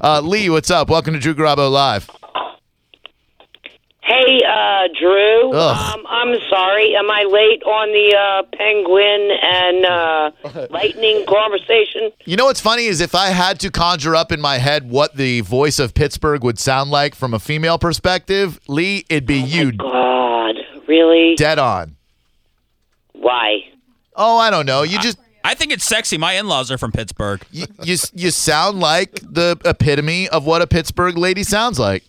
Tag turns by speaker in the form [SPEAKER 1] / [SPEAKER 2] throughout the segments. [SPEAKER 1] Uh, Lee, what's up? Welcome to Drew Garabo Live.
[SPEAKER 2] Hey, uh, Drew.
[SPEAKER 1] Ugh.
[SPEAKER 2] Um, I'm sorry. Am I late on the uh, penguin and uh, lightning conversation?
[SPEAKER 1] You know what's funny is if I had to conjure up in my head what the voice of Pittsburgh would sound like from a female perspective, Lee, it'd be you
[SPEAKER 2] Oh God, really?
[SPEAKER 1] dead on.
[SPEAKER 2] Why?
[SPEAKER 1] Oh, I don't know. You just
[SPEAKER 3] I think it's sexy. My in-laws are from Pittsburgh.
[SPEAKER 1] you, you you sound like the epitome of what a Pittsburgh lady sounds like.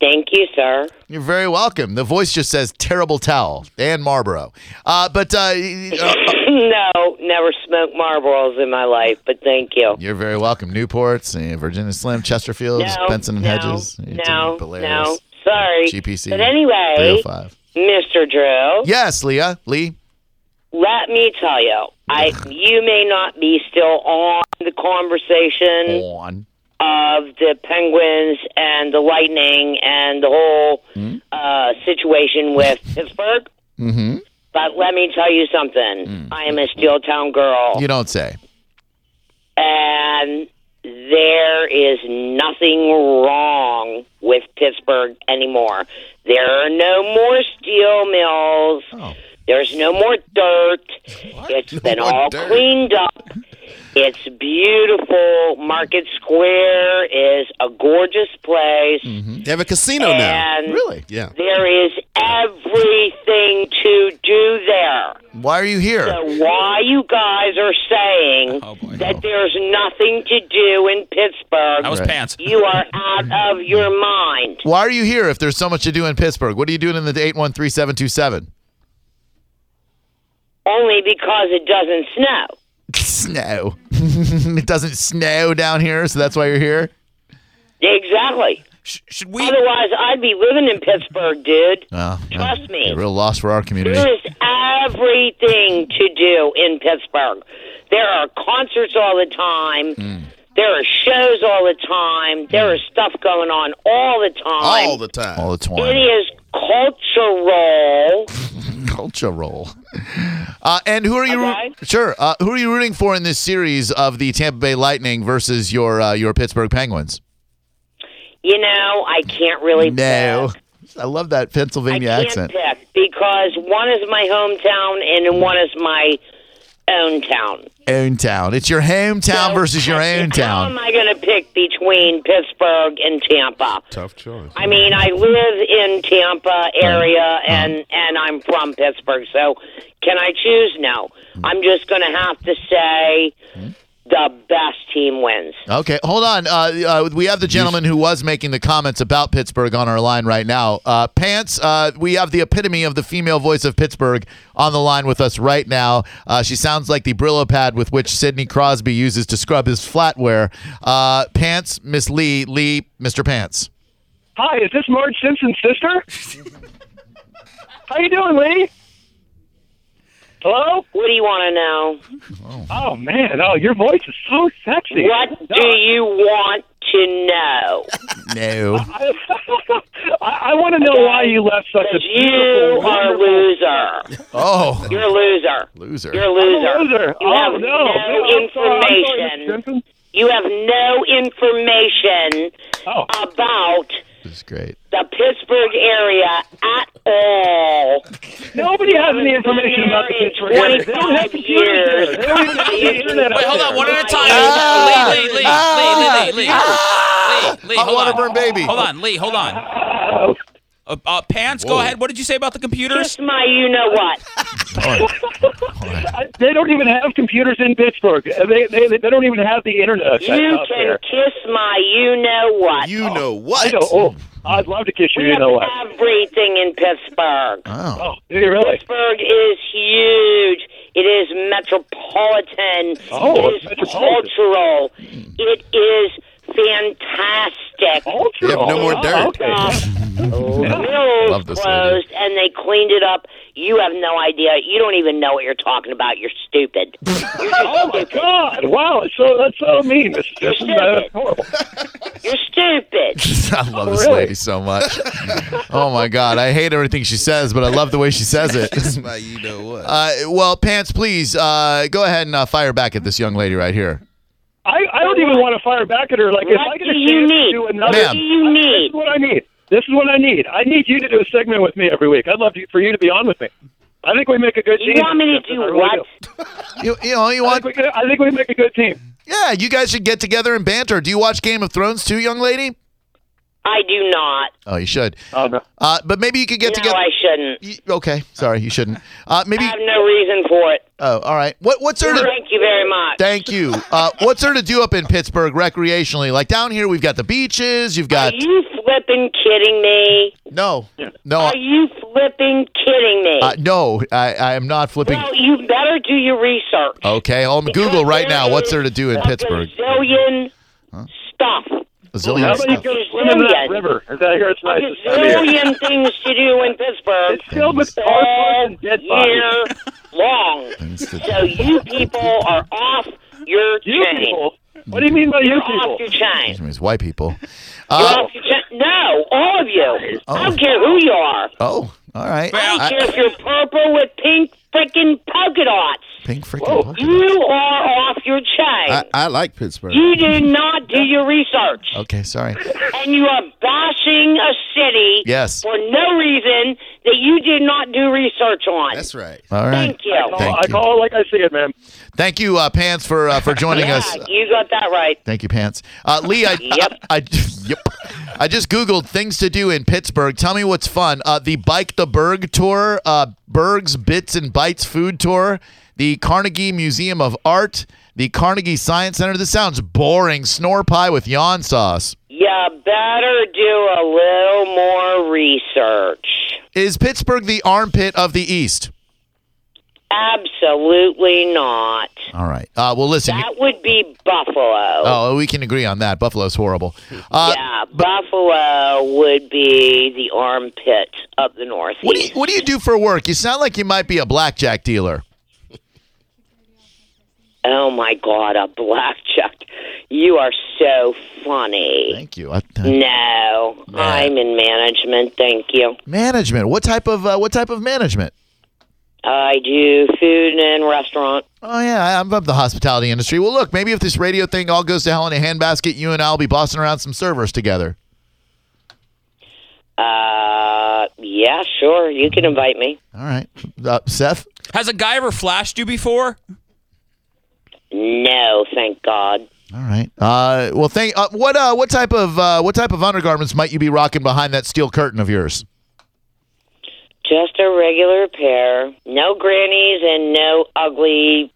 [SPEAKER 2] Thank you, sir.
[SPEAKER 1] You're very welcome. The voice just says terrible towel and Marlboro. Uh, but uh, uh,
[SPEAKER 2] no, never smoked Marlboros in my life, but thank you.
[SPEAKER 1] you're very welcome. Newports, eh, Virginia Slim, Chesterfields,
[SPEAKER 2] No,
[SPEAKER 1] Benson and
[SPEAKER 2] no,
[SPEAKER 1] Hedges, eh,
[SPEAKER 2] no,
[SPEAKER 1] Belarus,
[SPEAKER 2] no. Sorry.
[SPEAKER 1] GPC.
[SPEAKER 2] But anyway,
[SPEAKER 1] 305.
[SPEAKER 2] Mr. Drew,
[SPEAKER 1] Yes, Leah. Lee.
[SPEAKER 2] let me tell you, I you may not be still on the conversation.
[SPEAKER 1] On.
[SPEAKER 2] of the Penguins and the Lightning and the whole uh, situation with Pittsburgh.
[SPEAKER 1] Mm-hmm.
[SPEAKER 2] But let me tell you something. I am a Steel Town girl,
[SPEAKER 1] You don't say.
[SPEAKER 2] and there is nothing wrong with Pittsburgh anymore. There are no more steel mills.
[SPEAKER 1] Oh.
[SPEAKER 2] There's no more dirt. It's been
[SPEAKER 1] more
[SPEAKER 2] all
[SPEAKER 1] dirt.
[SPEAKER 2] cleaned up. It's beautiful. Market Square is a gorgeous place.
[SPEAKER 1] Mm-hmm.
[SPEAKER 4] They have a casino now.
[SPEAKER 2] And
[SPEAKER 1] Really?
[SPEAKER 4] Yeah.
[SPEAKER 2] there is everything to do there.
[SPEAKER 1] Why are you here?
[SPEAKER 2] So why you guys are saying
[SPEAKER 3] Oh, boy.
[SPEAKER 2] that there's nothing to do in Pittsburgh?
[SPEAKER 3] I was
[SPEAKER 1] Right.
[SPEAKER 3] pants.
[SPEAKER 2] you are out of your mind.
[SPEAKER 1] Why are you here if there's so much to do in Pittsburgh? What are you doing in the 813727?
[SPEAKER 2] Only because it doesn't snow.
[SPEAKER 1] Snow. it doesn't snow down here, so that's why you're here.
[SPEAKER 2] Exactly.
[SPEAKER 3] Sh- should we?
[SPEAKER 2] Otherwise, I'd be living in Pittsburgh, dude.
[SPEAKER 1] Oh, yeah.
[SPEAKER 2] Trust me.
[SPEAKER 1] A real loss for our community.
[SPEAKER 2] There is everything to do in Pittsburgh. There are concerts all the time.
[SPEAKER 1] Mm.
[SPEAKER 2] There are shows all the time. There is stuff going on all the time.
[SPEAKER 4] All the time.
[SPEAKER 1] All the
[SPEAKER 2] it
[SPEAKER 1] time.
[SPEAKER 2] is cultural.
[SPEAKER 1] Culture roll. Uh, and who are you?
[SPEAKER 2] Okay.
[SPEAKER 1] Sure. Uh, who are you rooting for in this series of the Tampa Bay Lightning versus your uh, your Pittsburgh Penguins?
[SPEAKER 2] You know, I can't really
[SPEAKER 1] No.
[SPEAKER 2] pick.
[SPEAKER 1] I love that
[SPEAKER 2] I
[SPEAKER 1] Pennsylvania
[SPEAKER 2] can't
[SPEAKER 1] accent.
[SPEAKER 2] pick because one is my hometown and one is my own town.
[SPEAKER 1] Own town. It's your hometown
[SPEAKER 2] So,
[SPEAKER 1] versus your own
[SPEAKER 2] How am
[SPEAKER 1] town.
[SPEAKER 2] I going to pick between Pittsburgh and Tampa?
[SPEAKER 4] Tough choice.
[SPEAKER 2] I mean, I live in Tampa area
[SPEAKER 1] Uh-huh.
[SPEAKER 2] and and I'm from Pittsburgh. So, can I choose? No.
[SPEAKER 1] Hmm.
[SPEAKER 2] I'm just going to have to say the best team wins.
[SPEAKER 1] Okay, hold on. Uh, uh, we have the gentleman who was making the comments about Pittsburgh on our line right now. Uh, Pants, uh, we have the epitome of the female voice of Pittsburgh on the line with us right now. Uh, she sounds like the Brillo pad with which Sidney Crosby uses to scrub his flatware. Uh, Pants, Miss Lee, Lee, Mr. Pants.
[SPEAKER 5] Hi, is this Marge Simpson's sister? How you doing, Lee? Hello?
[SPEAKER 2] What do you want to know?
[SPEAKER 5] Oh man, oh your voice is so sexy.
[SPEAKER 2] What do you want to know?
[SPEAKER 1] No.
[SPEAKER 5] I, I want to know why you left such a
[SPEAKER 2] Because you
[SPEAKER 5] beautiful
[SPEAKER 2] are a
[SPEAKER 5] wonderful-
[SPEAKER 2] loser.
[SPEAKER 1] Oh,
[SPEAKER 2] You're a loser.
[SPEAKER 1] loser.
[SPEAKER 2] You're a
[SPEAKER 5] I'm a
[SPEAKER 2] loser.
[SPEAKER 5] loser.
[SPEAKER 2] You
[SPEAKER 5] oh
[SPEAKER 2] have
[SPEAKER 5] no, no I'm sorry, I'm sorry, Mr.
[SPEAKER 2] information.
[SPEAKER 5] Simpson.
[SPEAKER 2] You have no information
[SPEAKER 5] Oh,
[SPEAKER 2] Uh, about
[SPEAKER 1] This is great.
[SPEAKER 2] the Pittsburgh area at all.
[SPEAKER 5] nobody has any information about the
[SPEAKER 2] in
[SPEAKER 5] Pittsburgh area. They don't
[SPEAKER 2] 25
[SPEAKER 5] have computers
[SPEAKER 2] years.
[SPEAKER 5] here. They don't even have the internet.
[SPEAKER 3] Wait,
[SPEAKER 5] out
[SPEAKER 3] hold on.
[SPEAKER 5] there.
[SPEAKER 3] One at a time.
[SPEAKER 1] Ah!
[SPEAKER 3] Lee, Lee, Lee, Lee,
[SPEAKER 1] Ah!
[SPEAKER 3] Lee, Lee, Lee, Lee, Lee.
[SPEAKER 1] I
[SPEAKER 3] hold
[SPEAKER 1] wanna
[SPEAKER 3] on.
[SPEAKER 1] burn baby.
[SPEAKER 3] Hold on, Lee. Hold on. Uh, uh, Pants, go ahead. What did you say about the computers?
[SPEAKER 2] Just my you know what.
[SPEAKER 1] All right.
[SPEAKER 5] I- They don't even have computers in Pittsburgh. They they, they don't even have the internet.
[SPEAKER 2] You
[SPEAKER 5] out
[SPEAKER 2] can
[SPEAKER 5] there.
[SPEAKER 2] kiss my you know what.
[SPEAKER 4] You know what?
[SPEAKER 5] I know. Oh, I'd love to kiss you. You know what?
[SPEAKER 2] Everything in Pittsburgh.
[SPEAKER 1] Oh,
[SPEAKER 5] Oh, do you really?
[SPEAKER 2] Pittsburgh is huge. It is metropolitan. it
[SPEAKER 5] Oh,
[SPEAKER 2] is
[SPEAKER 5] it's metropolitan. Hmm.
[SPEAKER 2] cultural. It is fantastic.
[SPEAKER 4] You have no more dirt.
[SPEAKER 5] Oh,
[SPEAKER 2] Uh, mills
[SPEAKER 1] Love this
[SPEAKER 2] closed and they cleaned it up. You have no idea. You don't even know what you're talking about. You're stupid.
[SPEAKER 5] Oh my God! Wow, it's so that's so mean. This, this is uh, horrible.
[SPEAKER 2] You're stupid.
[SPEAKER 1] I love this
[SPEAKER 5] Really?
[SPEAKER 1] lady so much. oh my god, I hate everything she says, but I love the way she says it.
[SPEAKER 4] That's my you know what.
[SPEAKER 1] Uh, well, pants, please uh, go ahead and uh, fire back at this young lady right here.
[SPEAKER 5] I, I don't even want to fire back at her. Like if I
[SPEAKER 2] What
[SPEAKER 5] get
[SPEAKER 2] do
[SPEAKER 5] a
[SPEAKER 2] you
[SPEAKER 5] chance to
[SPEAKER 2] need?
[SPEAKER 5] do another,
[SPEAKER 2] What
[SPEAKER 1] Ma'am.
[SPEAKER 2] do you
[SPEAKER 5] this
[SPEAKER 2] need?
[SPEAKER 5] is what I need. This is what I need. I need you to do a segment with me every week. I'd love to, for you to be on with me. I think we make a good team.
[SPEAKER 2] You want me to
[SPEAKER 5] I
[SPEAKER 2] do
[SPEAKER 5] really
[SPEAKER 2] what?
[SPEAKER 5] do.
[SPEAKER 1] You, you know, you
[SPEAKER 5] I
[SPEAKER 1] want?
[SPEAKER 5] think, we could, I think we make a good team.
[SPEAKER 1] Yeah, you guys should get together and banter. Do you watch Game of Thrones too, young lady?
[SPEAKER 2] I do not.
[SPEAKER 1] Oh, you should.
[SPEAKER 5] Oh no.
[SPEAKER 1] Uh, but maybe you could get
[SPEAKER 2] no,
[SPEAKER 1] together.
[SPEAKER 2] I shouldn't.
[SPEAKER 1] Y- Okay, sorry, you shouldn't. Uh,
[SPEAKER 2] I
[SPEAKER 1] maybe.
[SPEAKER 2] have no reason for it.
[SPEAKER 1] Oh, all right. What what's there to?
[SPEAKER 2] Thank you very much.
[SPEAKER 1] Thank you. Uh, what's there to do up in Pittsburgh recreationally? Like down here, we've got the beaches. You've
[SPEAKER 2] Are
[SPEAKER 1] got
[SPEAKER 2] you flipping kidding me?
[SPEAKER 1] no, no,
[SPEAKER 2] Are you flipping kidding me?
[SPEAKER 1] Oh. uh, no. I, I am not flipping.
[SPEAKER 2] well, you better do your research.
[SPEAKER 1] Okay, on
[SPEAKER 2] Because
[SPEAKER 1] Google right now.
[SPEAKER 2] there
[SPEAKER 1] What's
[SPEAKER 2] is
[SPEAKER 1] there to do in
[SPEAKER 2] a
[SPEAKER 1] Pittsburgh?
[SPEAKER 2] Gazillion stuff.
[SPEAKER 1] A
[SPEAKER 5] How
[SPEAKER 1] zillion
[SPEAKER 5] about you
[SPEAKER 1] stuff.
[SPEAKER 5] go swim in that
[SPEAKER 2] Zillion.
[SPEAKER 5] river? I hear it's
[SPEAKER 2] A
[SPEAKER 5] nice. It's sunny here.
[SPEAKER 2] gazillion things to do in Pittsburgh.
[SPEAKER 5] It's filled with
[SPEAKER 2] all
[SPEAKER 5] cardboard and dead bodies.
[SPEAKER 2] year long. So you people are off your
[SPEAKER 5] You
[SPEAKER 2] chain.
[SPEAKER 5] people. What do you mean by you
[SPEAKER 2] You're off
[SPEAKER 5] people?
[SPEAKER 2] your chain.
[SPEAKER 1] It's white people.
[SPEAKER 2] You're
[SPEAKER 1] Uh,
[SPEAKER 2] off your chain. No, all of you. I don't care who you are.
[SPEAKER 1] oh, all right.
[SPEAKER 2] I don't
[SPEAKER 1] I-
[SPEAKER 2] care if you're purple with pink freaking polka dots.
[SPEAKER 1] pink freaking. polka dot.
[SPEAKER 2] You are off your chain.
[SPEAKER 4] I, I like Pittsburgh.
[SPEAKER 2] you do not do your research.
[SPEAKER 1] Okay, sorry.
[SPEAKER 2] And you are bashing a city
[SPEAKER 1] Yes.
[SPEAKER 2] for no reason that you did not do research on.
[SPEAKER 4] That's right.
[SPEAKER 1] All right.
[SPEAKER 2] Thank you.
[SPEAKER 5] Oh,
[SPEAKER 1] Thank
[SPEAKER 5] I
[SPEAKER 1] you.
[SPEAKER 5] call it like I see it, man.
[SPEAKER 1] Thank you, uh, Pants, for uh, for joining
[SPEAKER 2] Yeah,
[SPEAKER 1] us.
[SPEAKER 2] you got that right.
[SPEAKER 1] Thank you, Pants. Uh, Lee, I,
[SPEAKER 2] Yep.
[SPEAKER 1] I, I- yep. I just Googled things to do in Pittsburgh. Tell me what's fun. Uh, the Bike the Berg tour, uh, Berg's Bits and Bites food tour, the Carnegie Museum of Art, the Carnegie Science Center. This sounds boring. Snore pie with yawn sauce.
[SPEAKER 2] You better do a little more research.
[SPEAKER 1] Is Pittsburgh the armpit of the East?
[SPEAKER 2] Absolutely not.
[SPEAKER 1] All right. Uh, well, listen. you-
[SPEAKER 2] That would be Buffalo.
[SPEAKER 1] oh, we can agree on that. Buffalo's horrible. Uh,
[SPEAKER 2] yeah, Buffalo would be the armpit of the Northeast.
[SPEAKER 1] What do, you, what do you do for work? You sound like you might be a blackjack dealer.
[SPEAKER 2] oh my God, a blackjack! You are so funny.
[SPEAKER 1] Thank you. I, I-
[SPEAKER 2] No, I'm in management. Thank you.
[SPEAKER 1] management. What type of uh, what type of management?
[SPEAKER 2] I do food and restaurant.
[SPEAKER 1] Oh yeah, I- I'm of the hospitality industry. Well, look, maybe if this radio thing all goes to hell in a handbasket, you and I'll be bossing around some servers together.
[SPEAKER 2] Uh, yeah, sure. You can invite me.
[SPEAKER 1] All right, uh, Seth.
[SPEAKER 3] Has a guy ever flashed you before?
[SPEAKER 2] No, thank God.
[SPEAKER 1] All right. Uh, well, thank. Uh, what uh, what type of uh, what type of undergarments might you be rocking behind that steel curtain of yours?
[SPEAKER 2] Just a regular pair. No grannies and no ugly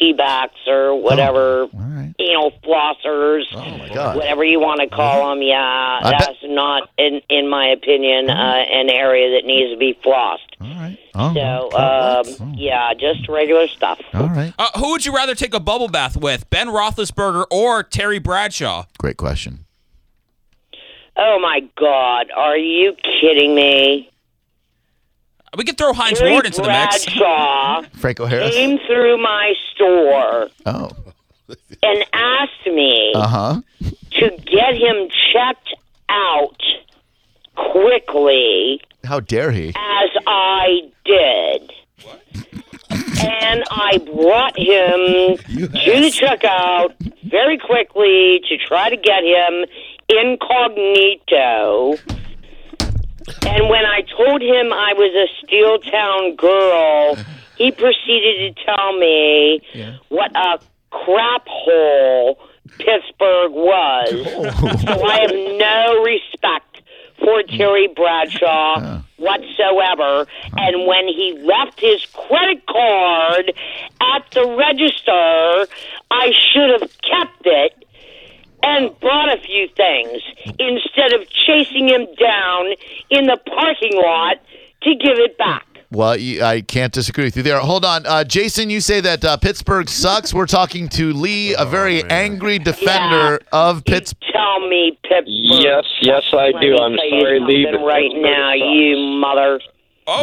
[SPEAKER 2] tea backs or whatever.
[SPEAKER 1] All right.
[SPEAKER 2] You know, flossers.
[SPEAKER 1] Oh my God.
[SPEAKER 2] whatever you want to call them. Yeah,
[SPEAKER 1] bet-
[SPEAKER 2] that's not, in in my opinion, uh, an area that needs to be flossed.
[SPEAKER 1] All right. Oh.
[SPEAKER 2] So, um, yeah, just regular stuff.
[SPEAKER 1] All right.
[SPEAKER 3] Uh, who would you rather take a bubble bath with, Ben Roethlisberger or Terry Bradshaw?
[SPEAKER 1] Great question.
[SPEAKER 2] Oh my God, are you kidding me?
[SPEAKER 3] We could throw Heinz
[SPEAKER 2] Terry
[SPEAKER 3] Ward into the mix.
[SPEAKER 2] Bradshaw
[SPEAKER 1] Franco Harris.
[SPEAKER 2] came through my store
[SPEAKER 1] Oh.
[SPEAKER 2] and asked me
[SPEAKER 1] Uh huh.
[SPEAKER 2] to get him checked out quickly
[SPEAKER 1] How dare he?
[SPEAKER 2] as I did. And I brought him to the checkout very quickly to try to get him incognito. And when I told him I was a Steel Town girl, he proceeded to tell me what a crap hole Pittsburgh was. so I have no respect for Terry Bradshaw whatsoever. And when he left his credit card at the register, I should have kept it and bought a few things instead of chasing him down in the parking lot to give it back.
[SPEAKER 1] Well, you, I can't disagree with you there. Hold on, uh, Jason. You say that uh, Pittsburgh sucks. We're talking to Lee, a very angry defender of
[SPEAKER 2] You
[SPEAKER 1] Pittsburgh.
[SPEAKER 2] Tell me, Pittsburgh.
[SPEAKER 6] Yes, yes, I
[SPEAKER 2] Let
[SPEAKER 6] do.
[SPEAKER 2] me
[SPEAKER 6] I'm
[SPEAKER 2] tell you
[SPEAKER 6] sorry, Lee.
[SPEAKER 2] something
[SPEAKER 6] but
[SPEAKER 2] right
[SPEAKER 6] Pittsburgh
[SPEAKER 2] now,
[SPEAKER 6] sucks.
[SPEAKER 2] you mother.
[SPEAKER 3] Oh,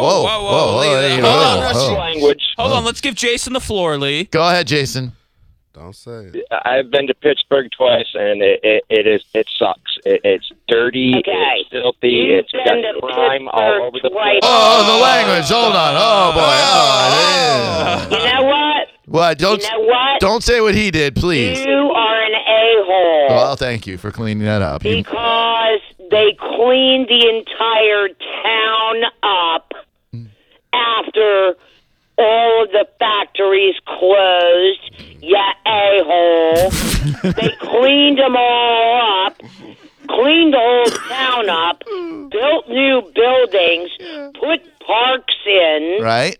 [SPEAKER 1] Whoa,
[SPEAKER 3] whoa, whoa,
[SPEAKER 1] whoa,
[SPEAKER 3] Lee,
[SPEAKER 1] hey,
[SPEAKER 3] hold
[SPEAKER 1] whoa.
[SPEAKER 3] on.
[SPEAKER 4] Oh.
[SPEAKER 6] Russian language.
[SPEAKER 3] Hold on, let's give Jason the floor, Lee.
[SPEAKER 1] Go ahead, Jason.
[SPEAKER 4] Don't say it.
[SPEAKER 6] I've been to Pittsburgh twice, and it it, it is it sucks. It, it's dirty.
[SPEAKER 2] Okay.
[SPEAKER 6] It's filthy.
[SPEAKER 2] You've
[SPEAKER 6] it's got
[SPEAKER 2] been to
[SPEAKER 6] crime all over the
[SPEAKER 2] Pittsburgh twice.
[SPEAKER 6] place.
[SPEAKER 1] Oh, the language. Hold on. Oh boy. Oh,
[SPEAKER 2] You know what?
[SPEAKER 1] Well, don't
[SPEAKER 2] You know what?
[SPEAKER 1] don't say what he did, please. Oh,
[SPEAKER 2] You are an a hole.
[SPEAKER 1] Well, thank you for cleaning that up. You-
[SPEAKER 2] because they cleaned the entire town up
[SPEAKER 1] Hmm.
[SPEAKER 2] after all of the factories closed. Yeah, a hole. they cleaned them all up, cleaned the whole town up, built new buildings, put parks in.
[SPEAKER 1] right?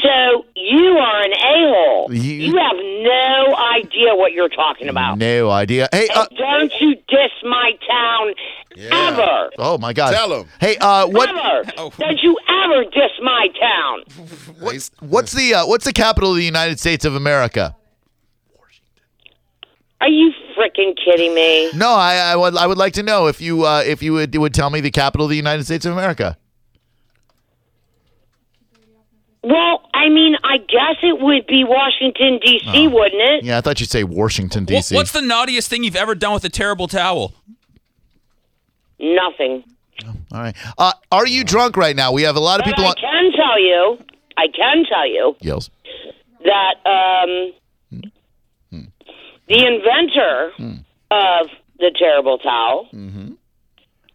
[SPEAKER 2] So you are an a hole.
[SPEAKER 1] You-
[SPEAKER 2] You have no idea what you're talking about.
[SPEAKER 1] No idea. Hey, uh,
[SPEAKER 2] And don't you diss my town ever.
[SPEAKER 1] oh my God.
[SPEAKER 4] Tell him.
[SPEAKER 1] Hey, uh, what
[SPEAKER 2] Ever. Don't you ever diss my town.
[SPEAKER 4] What's
[SPEAKER 1] what's the uh, what's the capital of the United States of America?
[SPEAKER 2] Are you freaking kidding me?
[SPEAKER 1] No, I, I would I would like to know if you uh, if you would would tell me the capital of the United States of America.
[SPEAKER 2] Well, I mean, I guess it would be Washington, D.C.,
[SPEAKER 1] Oh.
[SPEAKER 2] wouldn't it?
[SPEAKER 1] Yeah, I thought you'd say Washington
[SPEAKER 3] Wha-
[SPEAKER 1] D.C.
[SPEAKER 3] What's the naughtiest thing you've ever done with a terrible towel?
[SPEAKER 2] Nothing.
[SPEAKER 1] All right. Uh, are you drunk right now? We have a lot of
[SPEAKER 2] But
[SPEAKER 1] people
[SPEAKER 2] I
[SPEAKER 1] on
[SPEAKER 2] can tell you, I can tell you
[SPEAKER 1] yells.
[SPEAKER 2] that um, the inventor
[SPEAKER 1] Hmm.
[SPEAKER 2] of the terrible towel
[SPEAKER 1] Mm-hmm.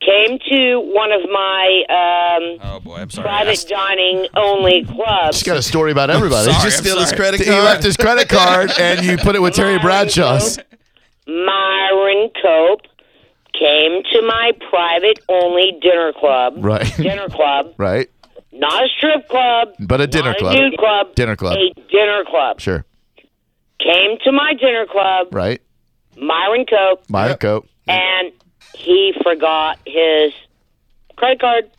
[SPEAKER 2] came to one of my um,
[SPEAKER 3] Oh boy, I'm sorry. I
[SPEAKER 2] private
[SPEAKER 3] asked-
[SPEAKER 2] dining only clubs.
[SPEAKER 1] She's got a story about everybody.
[SPEAKER 3] sorry,
[SPEAKER 1] Just-
[SPEAKER 3] I'm
[SPEAKER 4] Steal his
[SPEAKER 3] sorry.
[SPEAKER 4] credit
[SPEAKER 1] he
[SPEAKER 4] card.
[SPEAKER 1] left his credit card and you put it with Terry Bradshaw's.
[SPEAKER 2] Myron Cope came to my private only dinner club.
[SPEAKER 1] Right.
[SPEAKER 2] Dinner club.
[SPEAKER 1] Right.
[SPEAKER 2] Not a strip club.
[SPEAKER 1] But a dinner
[SPEAKER 2] not
[SPEAKER 1] club.
[SPEAKER 2] A nude club.
[SPEAKER 1] Dinner club.
[SPEAKER 2] A dinner club.
[SPEAKER 1] Sure.
[SPEAKER 2] Came to my dinner club,
[SPEAKER 1] Right.
[SPEAKER 2] Myron Cope,
[SPEAKER 1] Myra Cope.
[SPEAKER 2] and he forgot his credit card.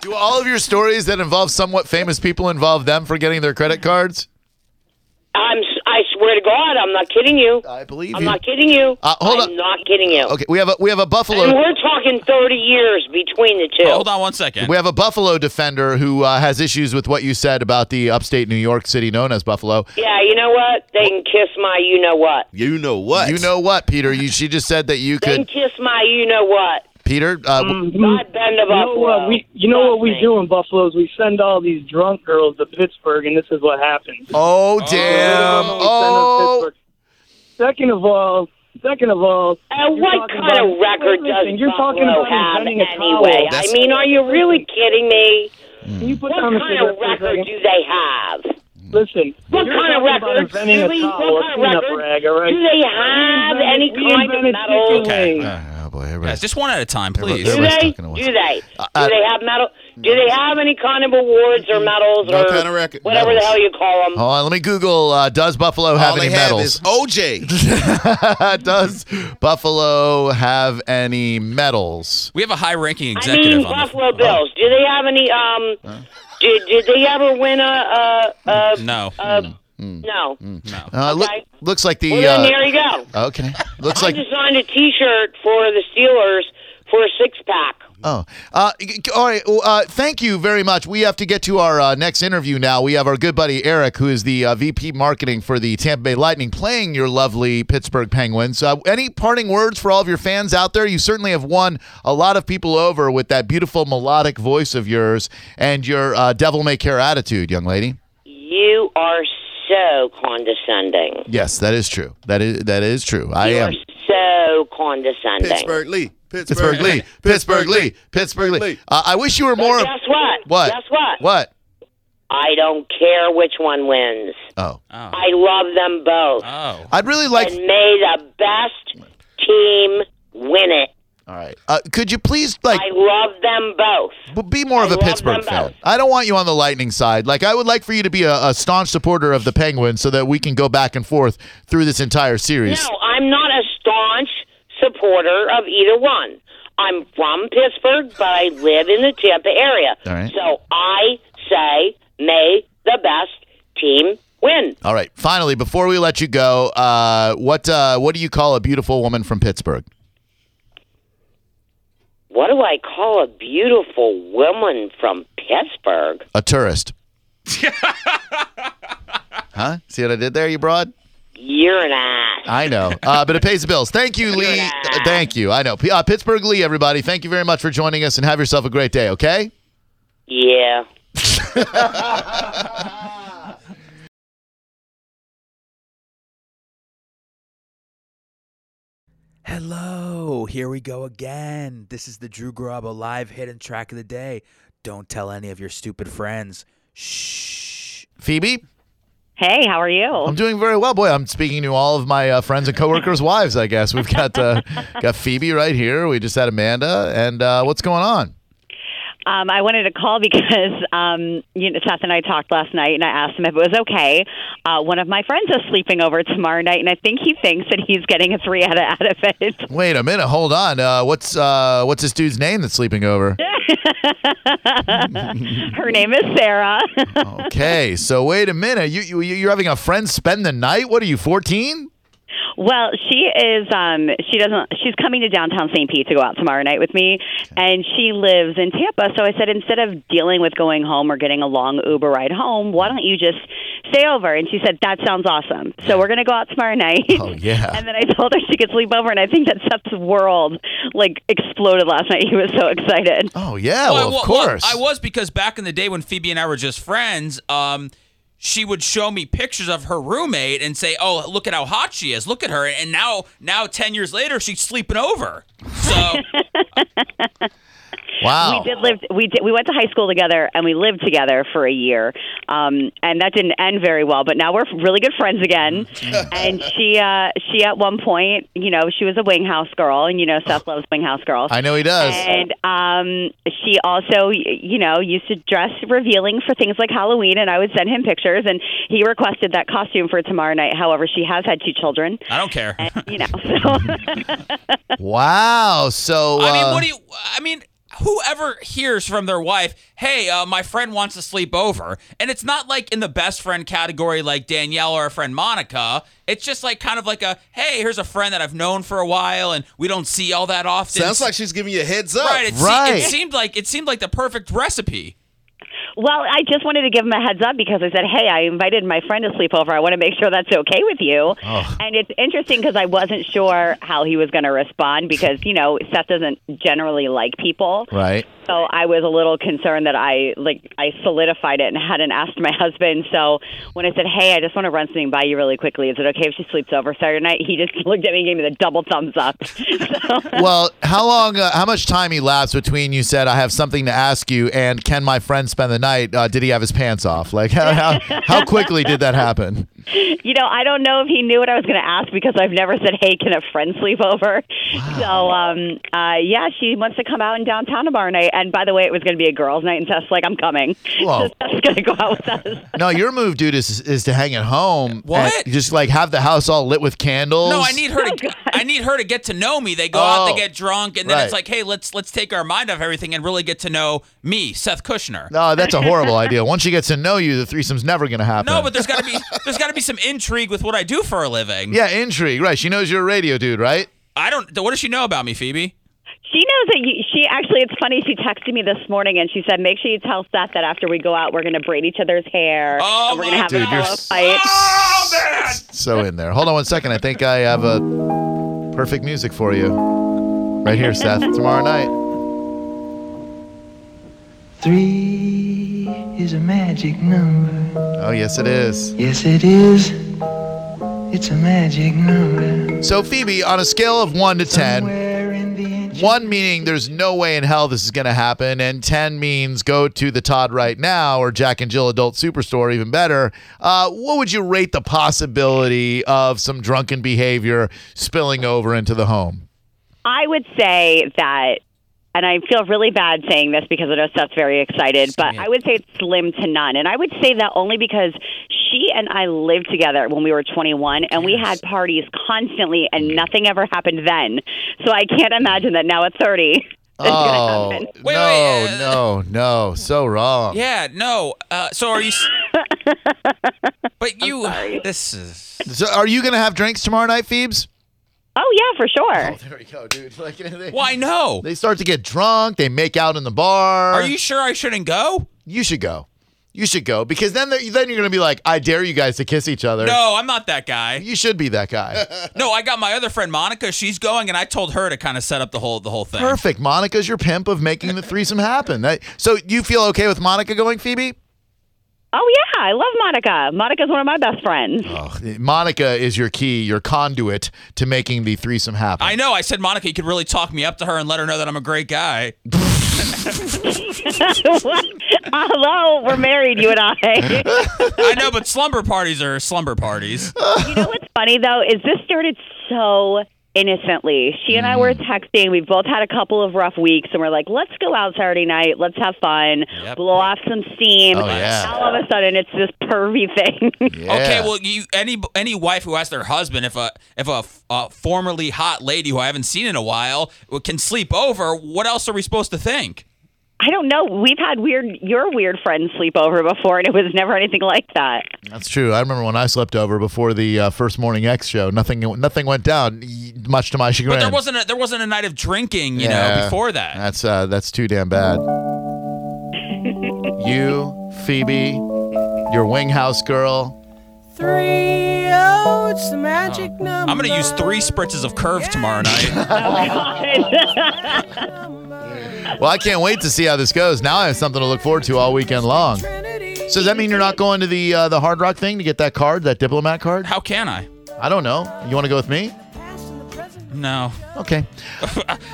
[SPEAKER 1] Do all of your stories that involve somewhat famous people involve them forgetting their credit cards?
[SPEAKER 2] I'm, s- I swear to God, I'm not kidding you.
[SPEAKER 1] I believe
[SPEAKER 2] I'm
[SPEAKER 1] you.
[SPEAKER 2] not kidding you.
[SPEAKER 1] Uh, hold
[SPEAKER 2] I'm
[SPEAKER 1] on.
[SPEAKER 2] not kidding you.
[SPEAKER 1] Okay, we have a we have a
[SPEAKER 2] And
[SPEAKER 1] Buffalo
[SPEAKER 2] we're talking 30 years between the two.
[SPEAKER 3] Hold on one second.
[SPEAKER 1] we have a Buffalo defender who uh, has issues with what you said about the upstate New York city known as Buffalo.
[SPEAKER 2] Yeah, you know what? They can kiss my you know what.
[SPEAKER 4] You know what?
[SPEAKER 1] You know what, Peter? You she just said that you
[SPEAKER 2] They can
[SPEAKER 1] could
[SPEAKER 2] kiss my you know what.
[SPEAKER 1] Peter uh, w-
[SPEAKER 2] God bend the
[SPEAKER 7] You know
[SPEAKER 2] buffalo.
[SPEAKER 7] what we you know what we
[SPEAKER 2] Trust me.
[SPEAKER 7] do in Buffalo is we send all these drunk girls to Pittsburgh and this is what happens.
[SPEAKER 1] Oh damn.
[SPEAKER 7] We send them to
[SPEAKER 1] Oh.
[SPEAKER 7] Pittsburgh. Second of all, second of all,
[SPEAKER 2] Uh,
[SPEAKER 7] you're
[SPEAKER 2] what
[SPEAKER 7] talking
[SPEAKER 2] kind
[SPEAKER 7] about-
[SPEAKER 2] of record
[SPEAKER 7] Listen,
[SPEAKER 2] does
[SPEAKER 7] you're talking
[SPEAKER 2] Buffalo
[SPEAKER 7] about
[SPEAKER 2] have
[SPEAKER 7] inventing a towel.
[SPEAKER 2] anyway? I
[SPEAKER 4] That's-
[SPEAKER 2] mean, are you really kidding me?
[SPEAKER 7] Can you put
[SPEAKER 2] What
[SPEAKER 7] down the
[SPEAKER 2] kind of
[SPEAKER 7] cigarette for a
[SPEAKER 2] record
[SPEAKER 7] second?
[SPEAKER 2] do they have?
[SPEAKER 7] Listen,
[SPEAKER 2] What
[SPEAKER 7] you're
[SPEAKER 2] kind of
[SPEAKER 7] talking about
[SPEAKER 2] record?
[SPEAKER 7] inventing a
[SPEAKER 2] Really?
[SPEAKER 7] towel
[SPEAKER 2] What
[SPEAKER 7] or
[SPEAKER 2] kind
[SPEAKER 7] cleanup
[SPEAKER 2] of record?
[SPEAKER 7] rag, all right?
[SPEAKER 2] Do they have
[SPEAKER 7] We
[SPEAKER 2] any
[SPEAKER 7] invented- we
[SPEAKER 2] kind of
[SPEAKER 7] invented
[SPEAKER 2] medal?
[SPEAKER 7] chicken wings.
[SPEAKER 1] Oh, boy,
[SPEAKER 3] Guys,
[SPEAKER 1] everybody's
[SPEAKER 3] just one at a time, please.
[SPEAKER 2] Do
[SPEAKER 1] Everybody- everybody's
[SPEAKER 2] they?
[SPEAKER 1] talking at once.
[SPEAKER 2] Do they?
[SPEAKER 1] I-
[SPEAKER 2] Do they have medal? Do they have any kind of awards or medals
[SPEAKER 4] No
[SPEAKER 2] or
[SPEAKER 4] kind of record.
[SPEAKER 2] whatever
[SPEAKER 4] Medals.
[SPEAKER 2] the hell you call them?
[SPEAKER 1] Hold on, let me Google. Uh, does Buffalo have
[SPEAKER 4] All they
[SPEAKER 1] any
[SPEAKER 4] have
[SPEAKER 1] medals?
[SPEAKER 4] is OJ.
[SPEAKER 1] does Buffalo have any medals?
[SPEAKER 3] We have a high-ranking
[SPEAKER 2] I mean,
[SPEAKER 3] executive on the-
[SPEAKER 2] Buffalo Bills. Do they have any? Um, did, did they ever win a? a, a
[SPEAKER 3] No.
[SPEAKER 2] a- no.
[SPEAKER 1] Uh, look,
[SPEAKER 2] Okay.
[SPEAKER 1] looks like the.
[SPEAKER 2] Well, then
[SPEAKER 1] Uh,
[SPEAKER 2] there you go.
[SPEAKER 1] okay. Looks like.
[SPEAKER 2] I designed a T-shirt for the Steelers for a six pack.
[SPEAKER 1] Oh, uh, g- g- all right. well, Uh, thank you very much. We have to get to our uh, next interview now. We have our good buddy Eric, who is the uh, VP marketing for the Tampa Bay Lightning, playing your lovely Pittsburgh Penguins. Uh, any parting words for all of your fans out there? You certainly have won a lot of people over with that beautiful melodic voice of yours and your uh, devil may care attitude, young lady.
[SPEAKER 2] You are so condescending.
[SPEAKER 1] Yes, that is true. That is that is true. I
[SPEAKER 2] you
[SPEAKER 1] am.
[SPEAKER 2] are so condescending.
[SPEAKER 4] Pittsburgh Lee. Pittsburgh,
[SPEAKER 1] Pittsburgh Lee. Pittsburgh Lee. Pittsburgh Lee. Uh, I wish you were
[SPEAKER 2] But
[SPEAKER 1] more.
[SPEAKER 2] guess what?
[SPEAKER 1] What?
[SPEAKER 2] Guess what?
[SPEAKER 1] What?
[SPEAKER 2] I don't care which one wins.
[SPEAKER 1] Oh,
[SPEAKER 3] Oh.
[SPEAKER 2] I love them both.
[SPEAKER 3] Oh.
[SPEAKER 1] I'd really like.
[SPEAKER 2] and may the best team win it.
[SPEAKER 1] All right. Uh, could you please like
[SPEAKER 2] I love them both.
[SPEAKER 1] b- be more of
[SPEAKER 2] I
[SPEAKER 1] a
[SPEAKER 2] love
[SPEAKER 1] Pittsburgh
[SPEAKER 2] them
[SPEAKER 1] fan?
[SPEAKER 2] both.
[SPEAKER 1] I don't want you on the Lightning side. Like I would like for you to be a, a staunch supporter of the Penguins so that we can go back and forth through this entire series.
[SPEAKER 2] No, I'm not a staunch supporter of either one. I'm from Pittsburgh, but I live in the Tampa area.
[SPEAKER 1] All right.
[SPEAKER 2] So I say, may the best team win.
[SPEAKER 1] All right. Finally, before we let you go, uh, what uh, what do you call a beautiful woman from Pittsburgh?
[SPEAKER 2] What do I call a beautiful woman from Pittsburgh?
[SPEAKER 1] A tourist. huh? See what I did there, you broad?
[SPEAKER 2] You're an ass.
[SPEAKER 1] I know, uh, but it pays the bills. Thank you, Lee.
[SPEAKER 2] Yeah.
[SPEAKER 1] Uh, Thank you. I know. P- Uh, Pittsburgh Lee, everybody. Thank you very much for joining us, and have yourself a great day. Okay.
[SPEAKER 2] Yeah.
[SPEAKER 8] Hello, here we go again. This is the Drew Garabo live hidden track of the day. Don't tell any of your stupid friends. Shh.
[SPEAKER 1] Phoebe,
[SPEAKER 9] Hey, how are you?
[SPEAKER 1] I'm doing very well, boy. I'm speaking to all of my uh, friends and coworkers' wives. I guess we've got uh, got Phoebe right here. We just had Amanda, and uh, what's going on?
[SPEAKER 9] Um, I wanted to call because um, you know, Seth and I talked last night, and I asked him if it was okay. Uh, one of my friends is sleeping over tomorrow night, and I think he thinks that he's getting a three out of out of it.
[SPEAKER 1] Wait a minute. Hold on. Uh, what's uh, what's this dude's name that's sleeping over?
[SPEAKER 9] Her name is Sarah.
[SPEAKER 1] Okay. So wait a minute. You you you're having a friend spend the night? What are you? 14?
[SPEAKER 9] well, she is. Um, she doesn't. She's coming to downtown St. Pete to go out tomorrow night with me, and she lives in Tampa. So I said, instead of dealing with going home or getting a long Uber ride home, why don't you just stay over? And she said, that sounds awesome. So we're gonna go out tomorrow night.
[SPEAKER 1] Oh yeah.
[SPEAKER 9] And then I told her she could sleep over, and I think that Seth's world like exploded last night. He was so excited.
[SPEAKER 1] Oh yeah, well,
[SPEAKER 3] I
[SPEAKER 1] of
[SPEAKER 3] wa- well,
[SPEAKER 1] course.
[SPEAKER 3] I was because back in the day when Phoebe and I were just friends, um, she would show me pictures of her roommate and say, "Oh, look at how hot she is. Look at her." And now, now ten years later, she's sleeping over. So
[SPEAKER 1] wow. Oh.
[SPEAKER 9] We did live. We did. We went to high school together, and we lived together for a year. Um, and that didn't end very well. But now we're really good friends again. and she, uh, she at one point, you know, she was a wing house girl, and you know, Seth loves wing house girls.
[SPEAKER 1] I know he does.
[SPEAKER 9] And um, she also, y- you know, used to dress revealing for things like Halloween, and I would send him pictures, and he requested that costume for tomorrow night. However, she has had two children,
[SPEAKER 3] I don't care.
[SPEAKER 9] and, you know, so
[SPEAKER 1] Wow. So
[SPEAKER 3] I
[SPEAKER 1] uh,
[SPEAKER 3] mean, what do you? I mean, whoever hears from their wife, "Hey, uh, my friend wants to sleep over," and it's not like in the best friend category, like Danielle or our friend Monica. It's just like kind of like a, "Hey, here's a friend that I've known for a while, and we don't see all that often."
[SPEAKER 4] Sounds like she's giving you a heads up.
[SPEAKER 3] right. It, se-
[SPEAKER 1] Right.
[SPEAKER 3] it seemed like it seemed like the perfect recipe.
[SPEAKER 9] well, I just wanted to give him a heads up because I said, "Hey, I invited my friend to sleep over. I want to make sure that's okay with you."
[SPEAKER 1] Oh.
[SPEAKER 9] And it's interesting because I wasn't sure how he was going to respond because you know Seth doesn't generally like people.
[SPEAKER 1] Right.
[SPEAKER 9] So I was a little concerned that I like I solidified it and hadn't asked my husband. So when I said, "Hey, I just want to run something by you really quickly. Is it okay if she sleeps over Saturday night?" He just looked at me and gave me the double thumbs up. So,
[SPEAKER 1] Well, how long? Uh, how much time elapsed between you said I have something to ask you and can my friend spend the night? Uh, did he have his pants off? Like how how, how quickly did that happen?
[SPEAKER 9] you know, I don't know if he knew what I was going to ask because I've never said, "Hey, can a friend sleep over?" So um uh yeah, she wants to come out in downtown tomorrow night. And by the way, it was going to be a girls' night, and Seth's like, "I'm coming."
[SPEAKER 1] Whoa.
[SPEAKER 9] So Seth's going to go out with us.
[SPEAKER 1] No, your move, dude, is is to hang at home.
[SPEAKER 3] What?
[SPEAKER 1] and Just like have the house all lit with candles.
[SPEAKER 3] No, I need her to. I need her to get to know me. They go out,
[SPEAKER 1] Oh,
[SPEAKER 3] they get drunk, and then
[SPEAKER 1] right.
[SPEAKER 3] it's like, hey, let's let's take our mind off everything and really get to know me, Seth Kushner.
[SPEAKER 1] No, that's a horrible idea. Once she gets to know you, the threesome's never gonna happen.
[SPEAKER 3] No, but there's gotta be there's gotta be some intrigue with what I do for a living.
[SPEAKER 1] yeah, intrigue. Right? She knows you're a radio dude, right?
[SPEAKER 3] I don't. What does she know about me, Phoebe?
[SPEAKER 9] She knows that you, she actually. It's funny. She texted me this morning and she said, "Make sure you tell Seth that after we go out, we're going to braid each other's hair
[SPEAKER 3] Oh
[SPEAKER 9] and we're
[SPEAKER 3] my
[SPEAKER 9] going to have
[SPEAKER 1] Dude,
[SPEAKER 9] a
[SPEAKER 1] you're
[SPEAKER 9] pillow
[SPEAKER 1] s-
[SPEAKER 9] fight."
[SPEAKER 1] So in there. Hold on one second. I think I have a perfect music for you. Right here, Seth. Tomorrow night.
[SPEAKER 8] Three is a magic number.
[SPEAKER 1] Oh, yes, it is.
[SPEAKER 8] Yes, it is. It's a magic number.
[SPEAKER 1] So, Phoebe, on a scale of 1 to 10,
[SPEAKER 8] Where in the ancient
[SPEAKER 1] 1 meaning there's no way in hell this is going to happen, and 10 means go to the Todd right now or Jack and Jill Adult Superstore, even better. Uh, what would you rate the possibility of some drunken behavior spilling over into the home?
[SPEAKER 9] I would say that and I feel really bad saying this because I know Seth's very excited, but I would say it's slim to none. And I would say that only because she and I lived together when we were 21, and we had parties constantly, and nothing ever happened then. So I can't imagine that now at 30.
[SPEAKER 1] Oh no, no, no! So wrong.
[SPEAKER 3] Yeah, no. Uh, so are you? s- but you, this is.
[SPEAKER 1] So are you gonna have drinks tomorrow night, Phoebes?
[SPEAKER 9] Oh yeah, for sure.
[SPEAKER 1] there we go, dude. Like, they,
[SPEAKER 3] Why no?
[SPEAKER 1] They start to get drunk. They make out in the bar.
[SPEAKER 3] Are you sure I shouldn't go?
[SPEAKER 1] You should go. You should go because then they're- then you're gonna be like, I dare you guys to kiss each other.
[SPEAKER 3] No, I'm not that guy.
[SPEAKER 1] You should be that guy.
[SPEAKER 3] No, I got my other friend Monica. She's going, and I told her to kind of set up the whole the whole thing.
[SPEAKER 1] Perfect. Monica's your pimp of making the threesome happen. That, so you feel okay with Monica going, Phoebe?
[SPEAKER 9] Oh yeah, I love Monica. Monica's one of my best friends.
[SPEAKER 1] Oh, Monica is your key, your conduit to making the threesome happen.
[SPEAKER 3] I know. I said Monica, you could really talk me up to her and let her know that I'm a great guy.
[SPEAKER 9] What? Hello, we're married, you and I.
[SPEAKER 3] I know, but slumber parties are slumber parties.
[SPEAKER 9] You know what's funny though is this started so innocently. She and I were
[SPEAKER 1] Mm.
[SPEAKER 9] texting. We both had a couple of rough weeks, and we're like, "Let's go out Saturday night. Let's have fun,
[SPEAKER 3] Yep.
[SPEAKER 9] blow off some steam."
[SPEAKER 1] Oh, yeah.
[SPEAKER 9] All of a sudden, it's this pervy thing.
[SPEAKER 1] Yeah.
[SPEAKER 3] Okay, well, you any any wife who asks their husband if a if a, a formerly hot lady who I haven't seen in a while can sleep over, what else are we supposed to think?
[SPEAKER 9] I don't know. We've had weird, your weird friend sleepover before, and it was never anything like that.
[SPEAKER 1] That's true. I remember when I slept over before the uh, first morning X show. Nothing, nothing went down, y- much to my chagrin.
[SPEAKER 3] But there wasn't a, there wasn't a night of drinking, you know,
[SPEAKER 1] Yeah.
[SPEAKER 3] before that.
[SPEAKER 1] That's uh, that's too damn bad. you, Phoebe, your wing house girl.
[SPEAKER 10] Three, oh, it's the magic number.
[SPEAKER 3] I'm gonna use three spritzes of curve tomorrow night.
[SPEAKER 1] Well, I can't wait to see how this goes. Now I have something to look forward to all weekend long. So does that mean you're not going to the uh, the Hard Rock thing to get that card, that diplomat card?
[SPEAKER 3] How can I?
[SPEAKER 1] I don't know. You want to go with me?
[SPEAKER 3] No.
[SPEAKER 1] Okay.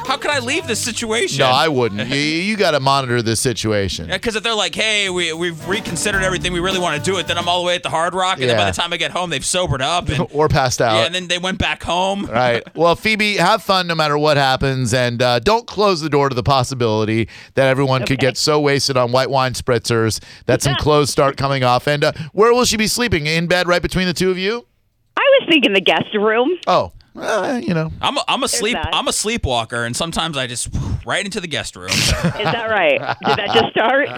[SPEAKER 3] How could I leave this situation?
[SPEAKER 1] No, I wouldn't. You, you got to monitor this situation.
[SPEAKER 3] Because if they're like, hey, we, we've reconsidered everything, we really want to do it, then I'm all the way at the Hard Rock, and then by
[SPEAKER 1] Yeah.
[SPEAKER 3] the time I get home, they've sobered up, and
[SPEAKER 1] Or passed out.
[SPEAKER 3] yeah, and then they went back home.
[SPEAKER 1] right. Well, Phoebe, have fun no matter what happens, and uh, don't close the door to the possibility that everyone could get so wasted on white wine spritzers that some clothes start coming off. And uh, where will she be sleeping? In bed, right between the two of you?
[SPEAKER 9] I was thinking the guest room.
[SPEAKER 1] Oh, well, you know.
[SPEAKER 3] I'm a, I'm a sleep
[SPEAKER 9] that.
[SPEAKER 3] I'm a sleepwalker, and sometimes I just right into the guest room.
[SPEAKER 9] Is that right? Did that just start?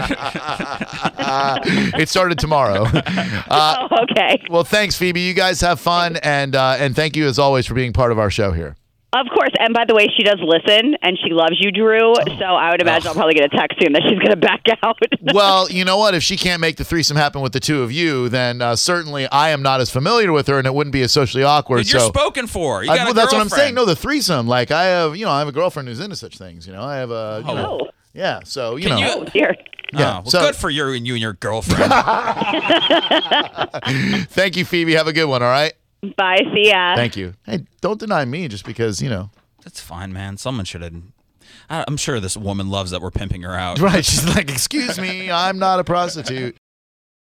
[SPEAKER 1] it started tomorrow. Uh,
[SPEAKER 9] oh, okay.
[SPEAKER 1] well, thanks, Phoebe. You guys have fun, and uh, and thank you as always for being part of our show here.
[SPEAKER 9] Of course. And by the way, she does listen and she loves you, Drew. So I would imagine I'll probably get a text soon that she's going to back out.
[SPEAKER 1] Oh. Well, you know what? If she can't make the threesome happen with the two of you, then uh, certainly I am not as familiar with her, and it wouldn't be as socially awkward.
[SPEAKER 3] Dude, you're
[SPEAKER 1] so
[SPEAKER 3] spoken for. You
[SPEAKER 1] I-
[SPEAKER 3] got
[SPEAKER 1] well,
[SPEAKER 3] a
[SPEAKER 1] that's what I'm saying.
[SPEAKER 3] girlfriend.
[SPEAKER 1] No, the threesome. Like I have, you know, I have a girlfriend who's into such things. You know, I have a. You know,
[SPEAKER 9] oh,
[SPEAKER 1] yeah. So you
[SPEAKER 3] Can
[SPEAKER 1] know.
[SPEAKER 9] oh, dear.
[SPEAKER 3] Oh,
[SPEAKER 1] yeah,
[SPEAKER 3] well,
[SPEAKER 1] so-
[SPEAKER 3] good for you and you and your girlfriend.
[SPEAKER 1] Thank you, Phoebe. Have a good one. All right.
[SPEAKER 9] Bye. See ya.
[SPEAKER 1] Thank you. Hey, don't deny me just because you know.
[SPEAKER 3] that's fine, man. Someone should have. I- I'm sure this woman loves that we're pimping her out.
[SPEAKER 1] Right? She's like, excuse me, I'm not a prostitute.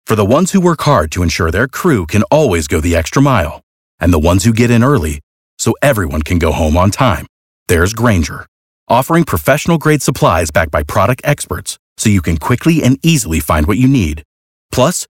[SPEAKER 11] For the ones who work hard to ensure their crew can always go the extra mile, and the ones who get in early so everyone can go home on time, there's Granger, offering professional grade supplies backed by product experts so you can quickly and easily find what you need. Plus,